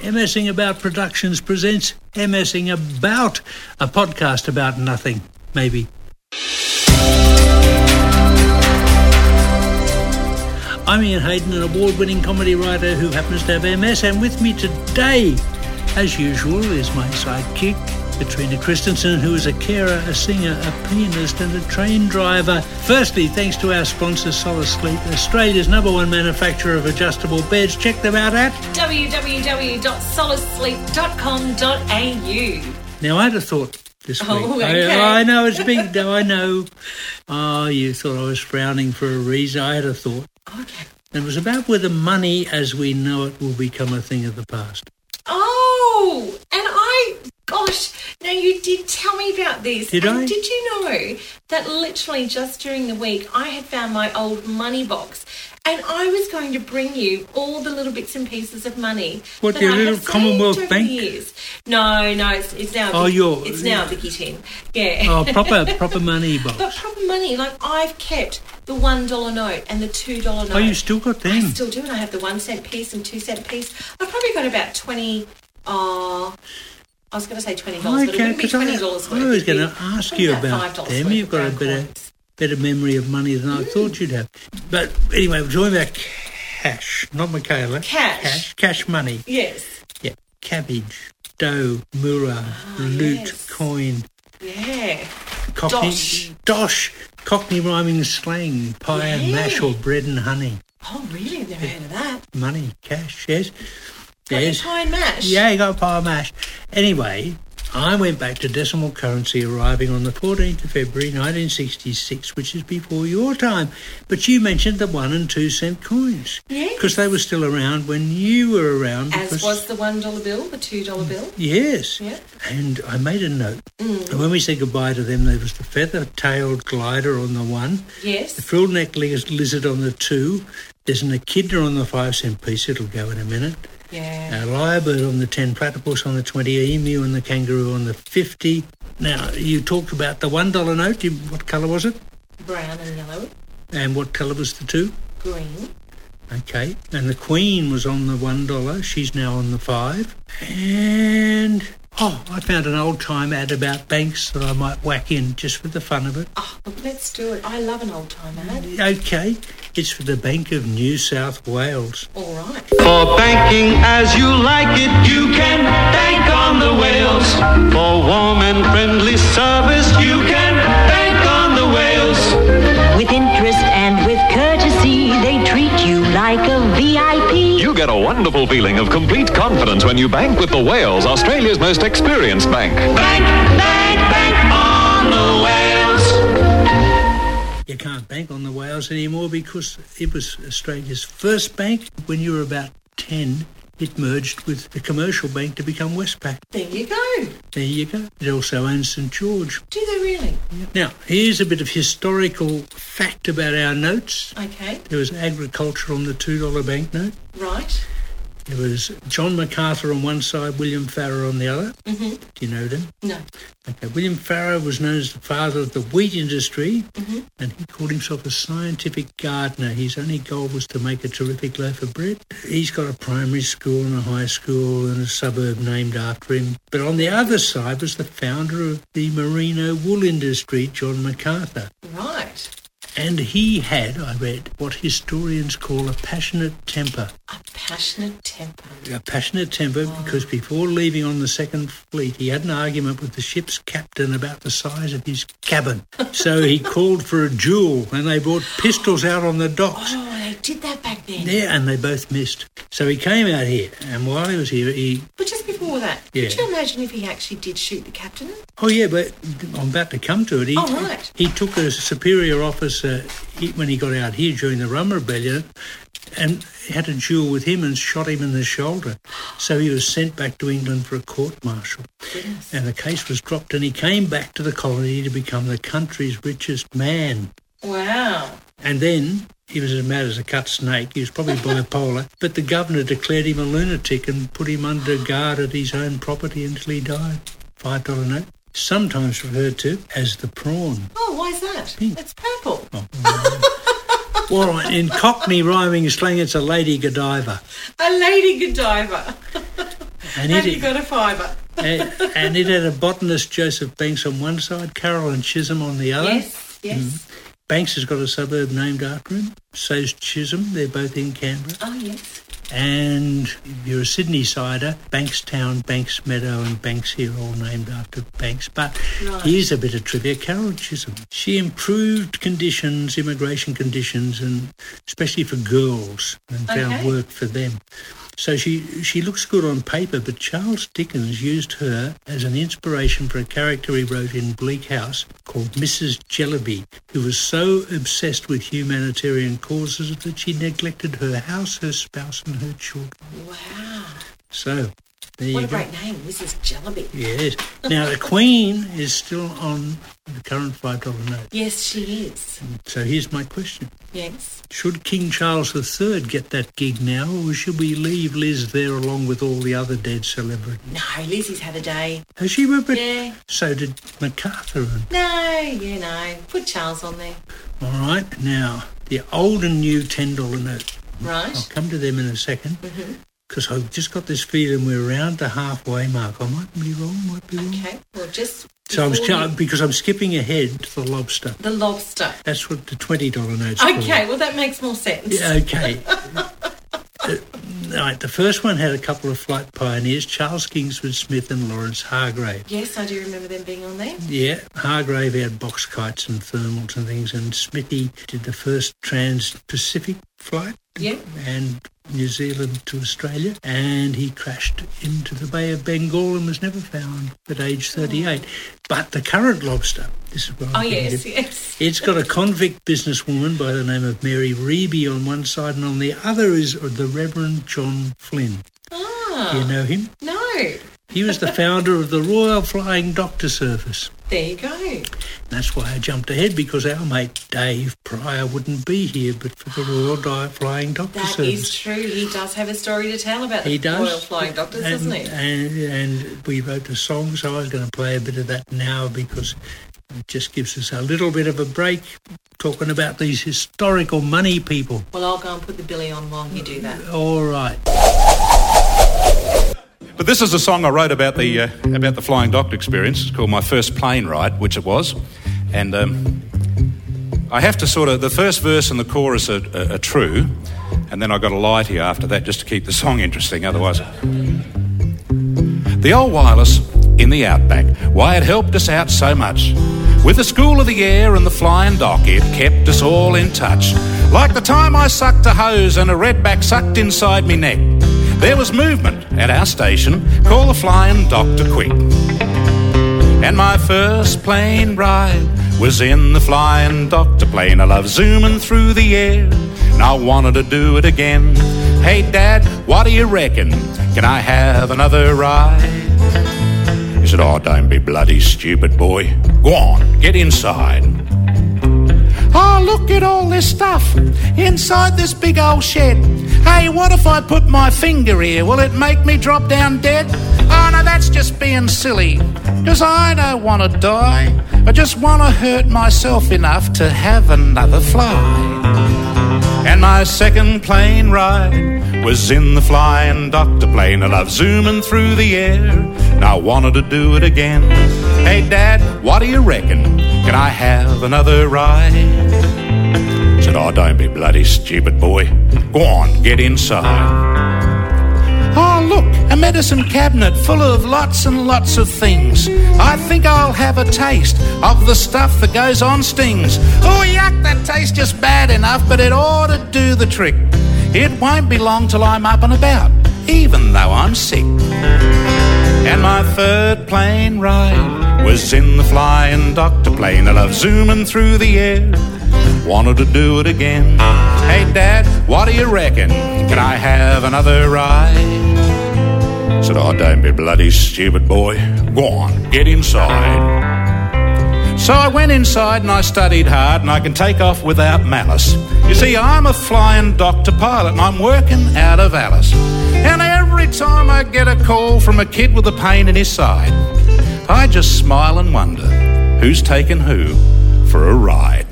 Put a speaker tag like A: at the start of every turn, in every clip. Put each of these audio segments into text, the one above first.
A: MSing About Productions presents MSing About, a podcast about nothing, maybe. I'm Ian Hayden, an award winning comedy writer who happens to have MS, and with me today, as usual, is my sidekick, Katrina Christensen, who is a carer, a singer, a pianist, and a train driver. Firstly, thanks to our sponsor, Solar Sleep, Australia's number one manufacturer of adjustable beds. Check them out at
B: www.solarsleep.com.au.
A: Now, I'd have thought this week.
B: Oh, okay.
A: I, I know it's big, though. I know. Oh, you thought I was frowning for a reason. I had a thought.
B: Okay.
A: It was about whether money as we know it will become a thing of the past.
B: Oh, and I, gosh, now you did tell me about this.
A: Did
B: and
A: I?
B: Did you know that literally just during the week I had found my old money box and I was going to bring you all the little bits and pieces of money.
A: What,
B: that
A: your
B: I
A: little
B: have
A: Commonwealth
B: saved over
A: Bank?
B: the years. No, no, it's, it's now. a
A: Oh,
B: Vic-
A: your-
B: It's now a Vicky tin. Yeah.
A: Oh, proper, proper money box.
B: But proper money, like I've kept the one dollar note and the two dollar note.
A: Oh, you still got
B: I
A: them?
B: still do, and I have the one cent piece and two cent piece. I've probably got about twenty. Uh, I was going to say twenty dollars, but it wouldn't be
A: because I,
B: twenty dollars.
A: I was going to ask you about them. You've got a better, better memory of money than I
B: Mm.
A: thought you'd have. But anyway, we're talking about cash, not Michaela.
B: Cash.
A: Cash, cash money.
B: Yes.
A: Yeah. Cabbage, dough, murra, loot,
B: Ah, yes.
A: coin,
B: Yeah.
A: cockney,
B: Dosh.
A: dosh, cockney rhyming slang, pie and mash
B: Yeah.
A: or bread and honey.
B: Oh, really? I've never heard of that.
A: Money, cash, yes.
B: Got your
A: Yes.
B: pie and mash.
A: Yeah, you got a pile of mash. Anyway, I went back to decimal currency arriving on the 14th of February 1966, which is before your time. But you mentioned the one and two cent coins.
B: Yes.
A: Because they were still around when you were around.
B: As
A: because-
B: was the one dollar bill, the two dollar bill.
A: Yes.
B: Yep.
A: And I made a note.
B: Mm.
A: And when we said goodbye to them, there was the feather tailed glider on the one, the
B: Yes.
A: frill neck lizard on the two, there's an echidna on the five cent piece, it'll go in a minute.
B: Yeah.
A: Now, lyrebird on the 10, platypus on the 20, emu and the kangaroo on the 50. Now, you talked about the $1 note. You, what colour was it?
B: Brown and yellow,
A: And what colour was the two?
B: green.
A: Okay. And the queen was on the $1. She's now on the 5. And, oh, I found an old time ad about banks that I might whack in just for the fun of it.
B: Oh, look, let's do it. I love an old time ad.
A: Okay. It's for the Bank of New South Wales.
B: All right.
C: For banking as you like it, you can bank on the whales. For warm and friendly service, you can bank on the whales.
D: With interest and with courtesy, they treat you like a VIP.
E: You get a wonderful feeling of complete confidence when you bank with the Wales, Australia's most experienced bank.
C: Bank, bank, bank on the whales.
A: You can't bank on the Wales anymore because it was Australia's first bank. When you were about 10, it merged with the commercial bank to become Westpac.
B: There you go.
A: There you go. It also owns St George.
B: Do they really?
A: Now, here's a bit of historical fact about our notes.
B: Okay.
A: There was agriculture on the $2 banknote.
B: Right.
A: There was John MacArthur on one side, William Farrer on the other. Mm-hmm. Do you know them?
B: No.
A: Okay, William Farrer was known as the father of the wheat industry, and he called himself a scientific gardener. His only goal was to make a terrific loaf of bread. He's got a primary school and a high school and a suburb named after him. But on the other side was the founder of the merino wool industry, John MacArthur.
B: Right.
A: And he had, I read, what historians call a passionate temper.
B: A passionate temper.
A: A passionate temper because before leaving on the second fleet, he had an argument with the ship's captain about the size of his cabin. so he called for a duel and they brought pistols out on the docks.
B: Oh, they did that back then.
A: Yeah, and they both missed. So he came out here, and while he was here, he.
B: But just before that, could
A: Yeah.
B: you imagine if he actually did shoot the captain?
A: Oh, yeah, but I'm about to come to it. He,
B: Oh, right.
A: He took a superior officer he- when he got out here during the Rum Rebellion and had a duel with him and shot him in the shoulder. So he was sent back to England for a court martial.
B: Goodness.
A: and the case was dropped and he came back to the colony to become the country's richest man.
B: Wow.
A: And then he was as mad as a cut snake. He was probably bipolar. But the governor declared him a lunatic and put him under guard at his own property until he died. Five dollar note. Sometimes referred to as the prawn.
B: Oh, why is that?
A: Pink. Oh.
B: It's purple.
A: All right, in Cockney rhyming slang, it's a lady Godiva.
B: A lady Godiva.
A: And
B: Have
A: it-
B: you got a fiver?
A: and, and it had a botanist, Joseph Banks, on one side, Carolyn Chisholm on the other.
B: Yes, yes.
A: Mm-hmm. Banks has got a suburb named after him. So's Chisholm. They're both in Canberra.
B: Oh, yes.
A: And if you're a Sydney sider, Bankstown, Banks Meadow, and Banks Hill, all named after Banks. But here's a bit of trivia Carol Chisholm. She improved conditions, immigration conditions, and especially for girls, and
B: Okay.
A: found work for them. So she, she looks good on paper, but Charles Dickens used her as an inspiration for a character he wrote in Bleak House called Mrs. Jellyby, who was so obsessed with humanitarian causes that she neglected her house, her spouse, and her children.
B: Wow.
A: So there you
B: What a
A: go.
B: great name, Mrs. Jellaby.
A: Yes. Now the Queen is still on the current five dollar note.
B: Yes, she is.
A: So here's my question:
B: Yes.
A: Should King Charles III get that gig now, or should we leave Liz there along with all the other dead celebrities?
B: No, Lizzie's had a day.
A: Has she remembered?
B: Yeah.
A: So did MacArthur. And,
B: No, yeah, no. Put Charles on there,
A: all right. Now the old and new ten dollar note.
B: right?
A: I'll come to them in a second.
B: Mm-hmm.
A: Because I've just got this feeling we're around the halfway mark. I might be wrong, might be wrong.
B: Okay. Well, just
A: So I'm
B: before
A: sti-
B: you-
A: because I'm skipping ahead to the lobster.
B: the lobster.
A: That's what the twenty dollar notes.
B: Okay, well that makes more sense.
A: Yeah, okay. Uh, Right, the first one had a couple of flight pioneers, Charles Kingswood Smith and Lawrence Hargrave.
B: Yes, I do remember them being on there.
A: Yeah, Hargrave had box kites and thermals and things, and Smithy did the first trans-Pacific flight
B: Yeah.
A: and New Zealand to Australia, and he crashed into the Bay of Bengal and was never found at age 38. But the current lobster, this is what
B: Oh
A: I'm getting
B: yes,
A: to.
B: yes.
A: It's got a convict businesswoman by the name of Mary Reeby on one side, and on the other is the Reverend John Flynn. Do you
B: Ah,
A: know him?
B: no.
A: He was the founder of the Royal Flying Doctor Service.
B: There you go.
A: That's why I jumped ahead because our mate Dave Pryor wouldn't be here, but for the Royal Di- Flying Doctor
B: That is
A: Service.
B: true. He does have a story to tell about
A: He
B: the
A: does.
B: Royal Flying Doctors,
A: and, uh,
B: doesn't he?
A: And, and we wrote a song, so I was going to play a bit of that now because it just gives us a little bit of a break talking about these historical money people.
B: Well, I'll go and put the billy on while you do that.
A: All right.
F: But this is a song I wrote about the uh, about the flying doctor experience. It's called my first plane ride, which it was, and um, I have to sort of the first verse and the chorus are, are, are true, and then I got a lie to you after that just to keep the song interesting. Otherwise, the old wireless in the outback. Why it helped us out so much. With the school of the air and the flying dock, it kept us all in touch. Like the time I sucked a hose and a redback sucked inside me neck. There was movement at our station. Call the flying doctor quick. And my first plane ride was in the flying doctor plane. I love zooming through the air, and I wanted to do it again. Hey, Dad, what do you reckon? Can I have another ride? He said, Oh, don't be bloody stupid, boy. Go on, get inside. Oh, look at all this stuff inside this big old shed. Hey, what if I put my finger here? Will it make me drop down dead? Oh, no, that's just being silly. Because I don't want to die. I just want to hurt myself enough to have another fly. And my second plane ride was in the flying doctor plane. I love zooming through the air, and I wanted to do it again. Hey, Dad, what do you reckon? Can I have another ride? Said, Oh, don't be bloody stupid, boy. Go on, get inside. Oh, look, a medicine cabinet full of lots and lots of things. I think I'll have a taste of the stuff that goes on stings. Oh, yuck, that tastes just bad enough, but it ought to do the trick. It won't be long till I'm up and about, even though I'm sick. And my third plane ride was in the flying doctor plane. I love zooming through the air. Wanted to do it again. Hey, Dad, what do you reckon? Can I have another ride? Said, oh, don't be bloody stupid, boy. Go on, get inside. So I went inside and I studied hard, and I can take off without malice. You see, I'm a flying doctor pilot, and I'm working out of Alice. And every time I get a call from a kid with a pain in his side, I just smile and wonder who's taking who for a ride.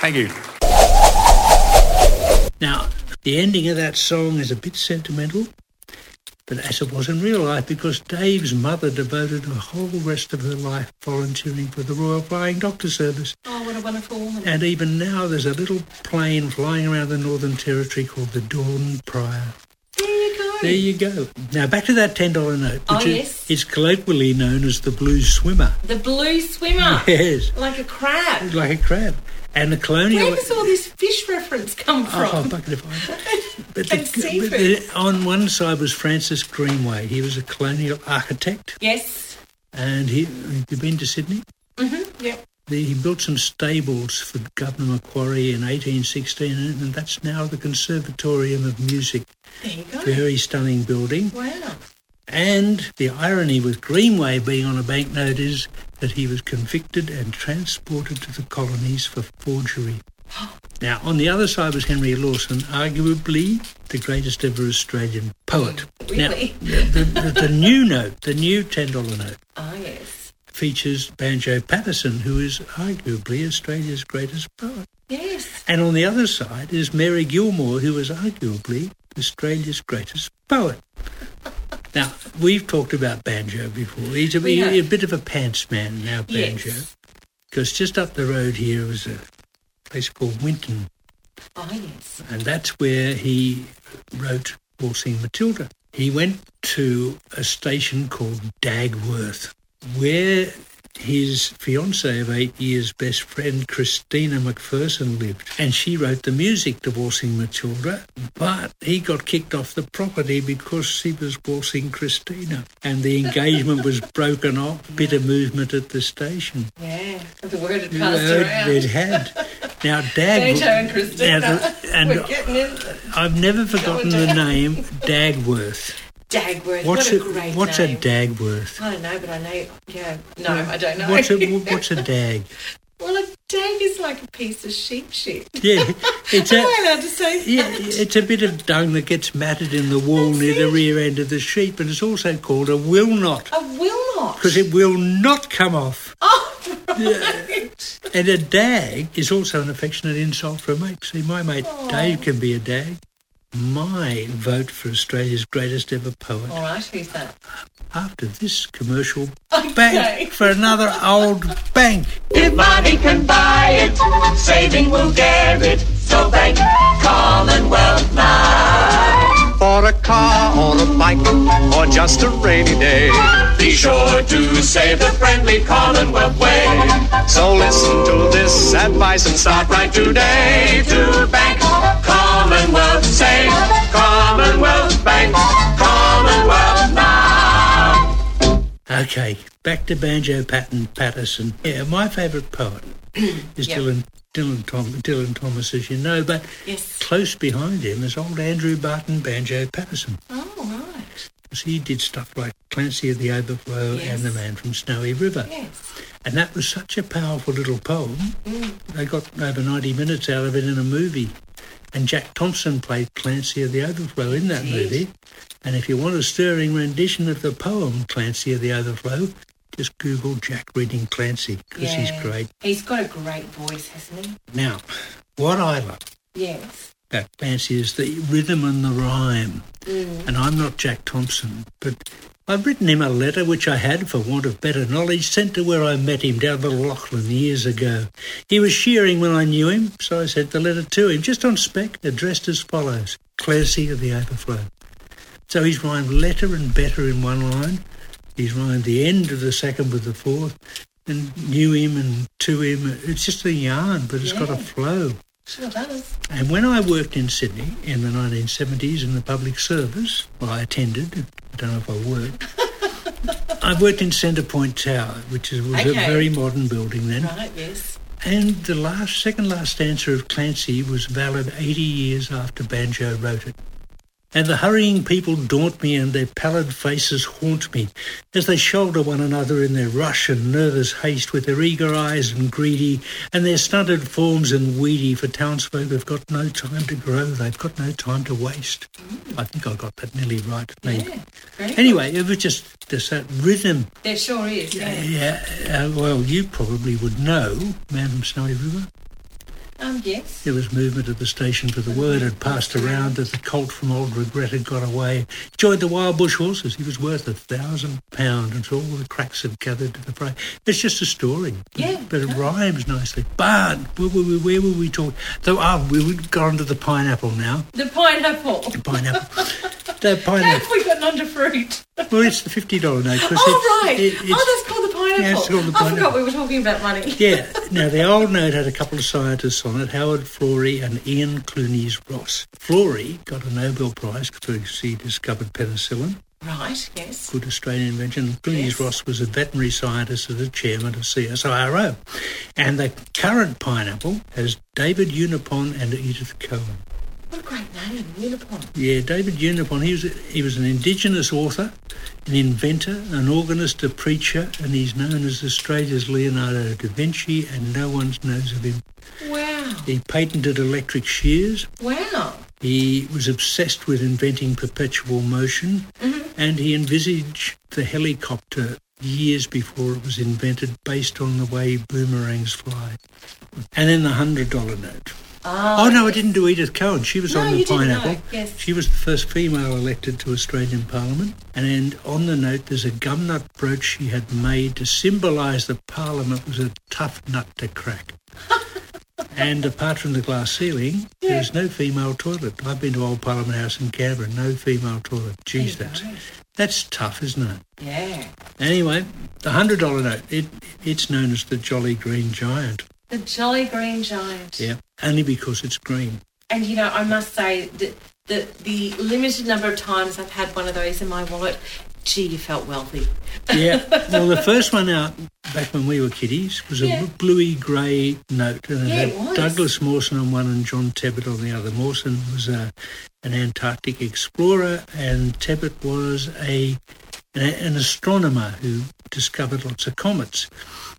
F: Thank you.
A: Now, the ending of that song is a bit sentimental, but as it was in real life, because Dave's mother devoted the whole rest of her life volunteering for the Royal Flying Doctor Service.
B: Oh, what a wonderful woman.
A: And even now, there's a little plane flying around the Northern Territory called the Dawn Prior.
B: there you go.
A: There you go. Now, back to that $10 note, which
B: Oh,
A: is,
B: yes.
A: is colloquially known as the Blue Swimmer.
B: the blue swimmer.
A: Yes,
B: Like a crab.
A: like a crab. And the colonial.
B: Where does all this fish reference come from?
A: Oh, bucket of ice. But
B: and
A: the,
B: seafood.
A: but the- on one side was Francis Greenway. He was a colonial architect,
B: yes.
A: and he have you been to Sydney?
B: Mm-hmm. Yep.
A: The, he built some stables for Governor Macquarie in 1816, and and that's now the Conservatorium of Music.
B: There you go.
A: Very stunning building.
B: Wow.
A: And the irony with Greenway being on a banknote is that he was convicted and transported to the colonies for forgery. Now, on the other side was Henry Lawson, arguably the greatest ever Australian poet.
B: Really?
A: Now, the, the, the new note, the new $10 note,
B: Ah, yes.
A: features Banjo Patterson, who is arguably Australia's greatest poet.
B: Yes.
A: And on the other side is Mary Gilmore, who was arguably Australia's greatest poet. Now, we've talked about Banjo before. He's a,
B: We have.
A: a bit of a pants man now, Banjo,
B: Yes.
A: because just up the road here was a place called Winton,
B: Ah, yes.
A: and that's where he wrote Waltzing Matilda. He went to a station called Dagworth, where his fiancée of eight years, best friend Christina McPherson, lived, and she wrote the music to Waltzing Matilda. But he got kicked off the property because he was waltzing Christina, and the engagement was broken off. Bit of movement at the station.
B: Yeah. The word had
A: Uh,
B: passed around.
A: it had. Now, Dag.
B: Banjo and
A: Now,
B: Christina.
A: the- and
B: We're getting in.
A: I've never forgotten the name Dagworth.
B: Dagworth.
A: What's
B: what a, great
A: what's
B: name.
A: a Dagworth?
B: I don't know, but I know. Yeah. No, I don't know.
A: What's a what's a dag?
B: well, a dag is like a piece of sheep shit.
A: Yeah, it's
B: Am
A: a
B: I allowed to say
A: yeah,
B: that?
A: it's a bit of dung that gets matted in the wall near the rear end of the sheep, and it's also called a will not
B: I will not.
A: because it will not come off.
B: Oh, right.
A: And a dag is also an affectionate insult for a mate. See, my mate Dave can be a dag. My vote for Australia's greatest ever poet.
B: All right, who's that?
A: After this commercial
B: Okay.
A: bank for another old bank.
G: If money can buy it, saving will dare it. So bank Commonwealth now.
C: For a car or a bike or just a rainy day.
G: Be sure to save the friendly Commonwealth way.
C: So listen to this advice and start right today.
G: Day to bank Commonwealth, save Commonwealth Bank, Commonwealth now.
A: Okay, back to banjo Patton Patterson. Yeah, my favourite poet is
B: Yeah.
A: Dylan Dylan, Tom, Dylan Thomas, as you know, but
B: Yes.
A: close behind him is old Andrew Barton Banjo Patterson.
B: Oh, right.
A: 'cause He did stuff like Clancy of the Overflow
B: Yes.
A: and The Man from Snowy River.
B: Yes.
A: And that was such a powerful little poem. They got over 90 minutes out of it in a movie. And Jack Thompson played Clancy of the Overflow in that movie. And if you want a stirring rendition of the poem Clancy of the Overflow, just Google Jack reading Clancy because he's
B: Yeah.
A: great.
B: He's got a great voice, hasn't he?
A: Now, what I love
B: Yes.
A: about Clancy is the rhythm and the rhyme. And I'm not Jack Thompson, but I've written him a letter which I had, for want of better knowledge, sent to where I met him down the Loughlin years ago. He was shearing when I knew him, so I sent the letter to him, just on spec, addressed as follows Clancy of the Overflow. So he's rhymed letter and better in one line. He's rhymed the end of the second with the fourth, and knew him and to him. It's just a yarn, but it's got a flow.
B: Sure does.
A: And when I worked in Sydney in the 1970s in the public service, well, I attended, I don't know if I worked. I worked in Centre Point Tower, which is, was a
B: Okay.
A: very modern building then.
B: Right, yes.
A: And the last, second last stanza of Clancy was valid 80 years after Banjo wrote it. And the hurrying people daunt me and their pallid faces haunt me as they shoulder one another in their rush and nervous haste with their eager eyes and greedy and their stunted forms and weedy for townsfolk have got no time to grow, they've got no time to waste. I think I got that nearly right. I think.
B: Yeah. Great.
A: Anyway, it was just this that rhythm
B: There sure is. Yeah.
A: yeah, uh, well, you probably would know Man from Snowy River.
B: Um, yes.
A: There was movement at the station, for the word had passed around that the colt from Old Regret had got away. Joined the wild bush horses. He was worth a thousand pound until all the cracks had gathered to the fray. It's just a story.
B: Yeah.
A: But it rhymes nicely. But where were we, where were we talking? So, ah, we would go on to the pineapple now.
B: The pineapple.
A: Pineapple. the
B: Have
A: pineapple.
B: we gotten onto fruit?
A: Well, it's the $50 note. 'cause
B: Oh,
A: it's-
B: right.
A: it- it's-
B: oh, that's called the pineapple.
A: Yeah, it's called the
B: I forgot
A: pineapple.
B: we were talking about money.
A: Yeah. Now, the old note had a couple of scientists on it, Howard Florey and Ian Clooney's Ross. Florey got a Nobel Prize because he discovered penicillin,
B: Right, yes.
A: good Australian invention. Clooney's
B: Yes.
A: Ross was a veterinary scientist and the chairman of CSIRO. And the current pineapple has David Unipon and Edith Cohen.
B: What a great name, Unicorn.
A: Yeah, David Unipon. He was he was an Indigenous author, an inventor, an organist, a preacher, and he's known as Australia's Leonardo da Vinci, and no one knows of him.
B: Wow.
A: He patented electric shears.
B: Wow.
A: He was obsessed with inventing perpetual motion, and he envisaged the helicopter years before it was invented, based on the way boomerangs fly. And then the hundred dollar note. Oh, no, I didn't do Edith Cowan. She was
B: Ah, No,
A: on the
B: you didn't, no.
A: pineapple.
B: Yes.
A: She was the first female elected to Australian Parliament. And on the note, there's a gum nut brooch she had made to symbolise that Parliament was a tough nut to crack. and apart from the glass ceiling, there's no female toilet. I've been to Old Parliament House in Canberra, no female toilet. Geez, that's that's tough, isn't it?
B: Yeah.
A: Anyway, the hundred dollar note. It it's known as the Jolly Green Giant.
B: The Jolly Green Giant.
A: Yeah, only because it's green.
B: And you know, I must say that the, the limited number of times I've had one of those in my wallet, gee, you felt wealthy.
A: Yeah. Well, the first one out back when we were kiddies was a
B: Yeah.
A: bluey grey note, and
B: Yeah,
A: it
B: it was.
A: had Douglas Mawson on one and John Tebbit on the other. Mawson was a, an Antarctic explorer, and Tebbit was a an, an astronomer who discovered lots of comets.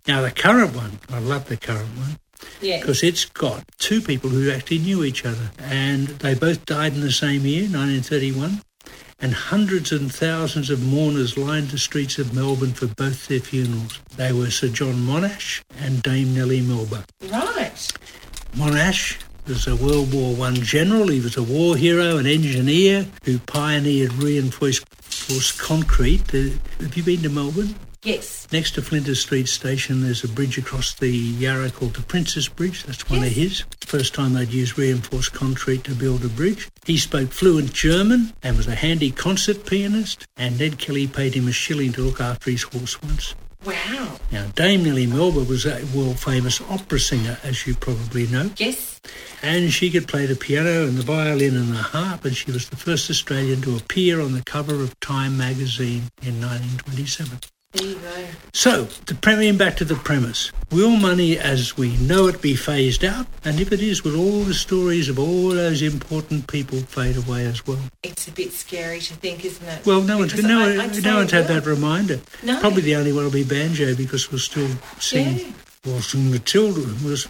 A: Now, the current one, I love the current one
B: Yeah.
A: because it's got two people who actually knew each other, and they both died in the same year, 1931. And hundreds and thousands of mourners lined the streets of Melbourne for both their funerals. They were Sir John Monash and Dame Nellie Melba.
B: Right.
A: Monash was a World War One general. He was a war hero, an engineer who pioneered reinforced force concrete. The- have you been to Melbourne?
B: Yes.
A: Next to Flinders Street Station, there's a bridge across the Yarra called the Princess Bridge. That's one of his. First time they'd used reinforced concrete to build a bridge. He spoke fluent German and was a handy concert pianist. And Ned Kelly paid him a shilling to look after his horse once.
B: Wow.
A: Now, Dame Nellie Melba was a world famous opera singer, as you probably know.
B: Yes.
A: And she could play the piano and the violin and the harp, and she was the first Australian to appear on the cover of Time magazine in 1927.
B: There you go.
A: So, the premium back to the premise. Will money as we know it be phased out? And if it is, will all the stories of all those important people fade away as well?
B: It's a bit scary to think, isn't it?
A: Well, no one's,
B: Because
A: no,
B: I-
A: one-
B: I'd say
A: no one's
B: it
A: had that
B: will.
A: reminder.
B: No.
A: Probably the only one will be Banjo because we'll still sing.
B: Yeah.
A: Well, sing the children was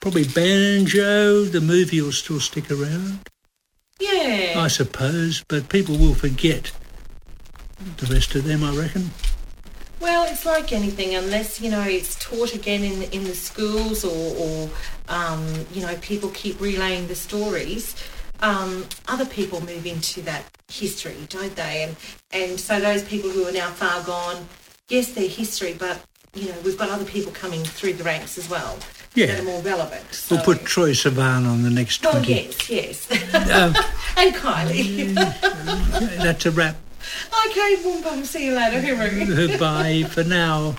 A: probably Banjo. The movie will still stick around,
B: Yeah.
A: I suppose, but people will forget the rest of them, I reckon.
B: Well, it's like anything, unless you know it's taught again in in the schools, or, or um, you know people keep relaying the stories. Um, other people move into that history, don't they? And and so those people who are now far gone, yes, they're history, but you know we've got other people coming through the ranks as well that
A: Yeah.
B: are more relevant. So.
A: We'll put Troy Sivan on the next
B: Oh
A: 20.
B: yes, yes,
A: Um,
B: and Kylie.
A: That's a wrap.
B: okay, boom, boom. See you later, hooroo.
A: Goodbye for now.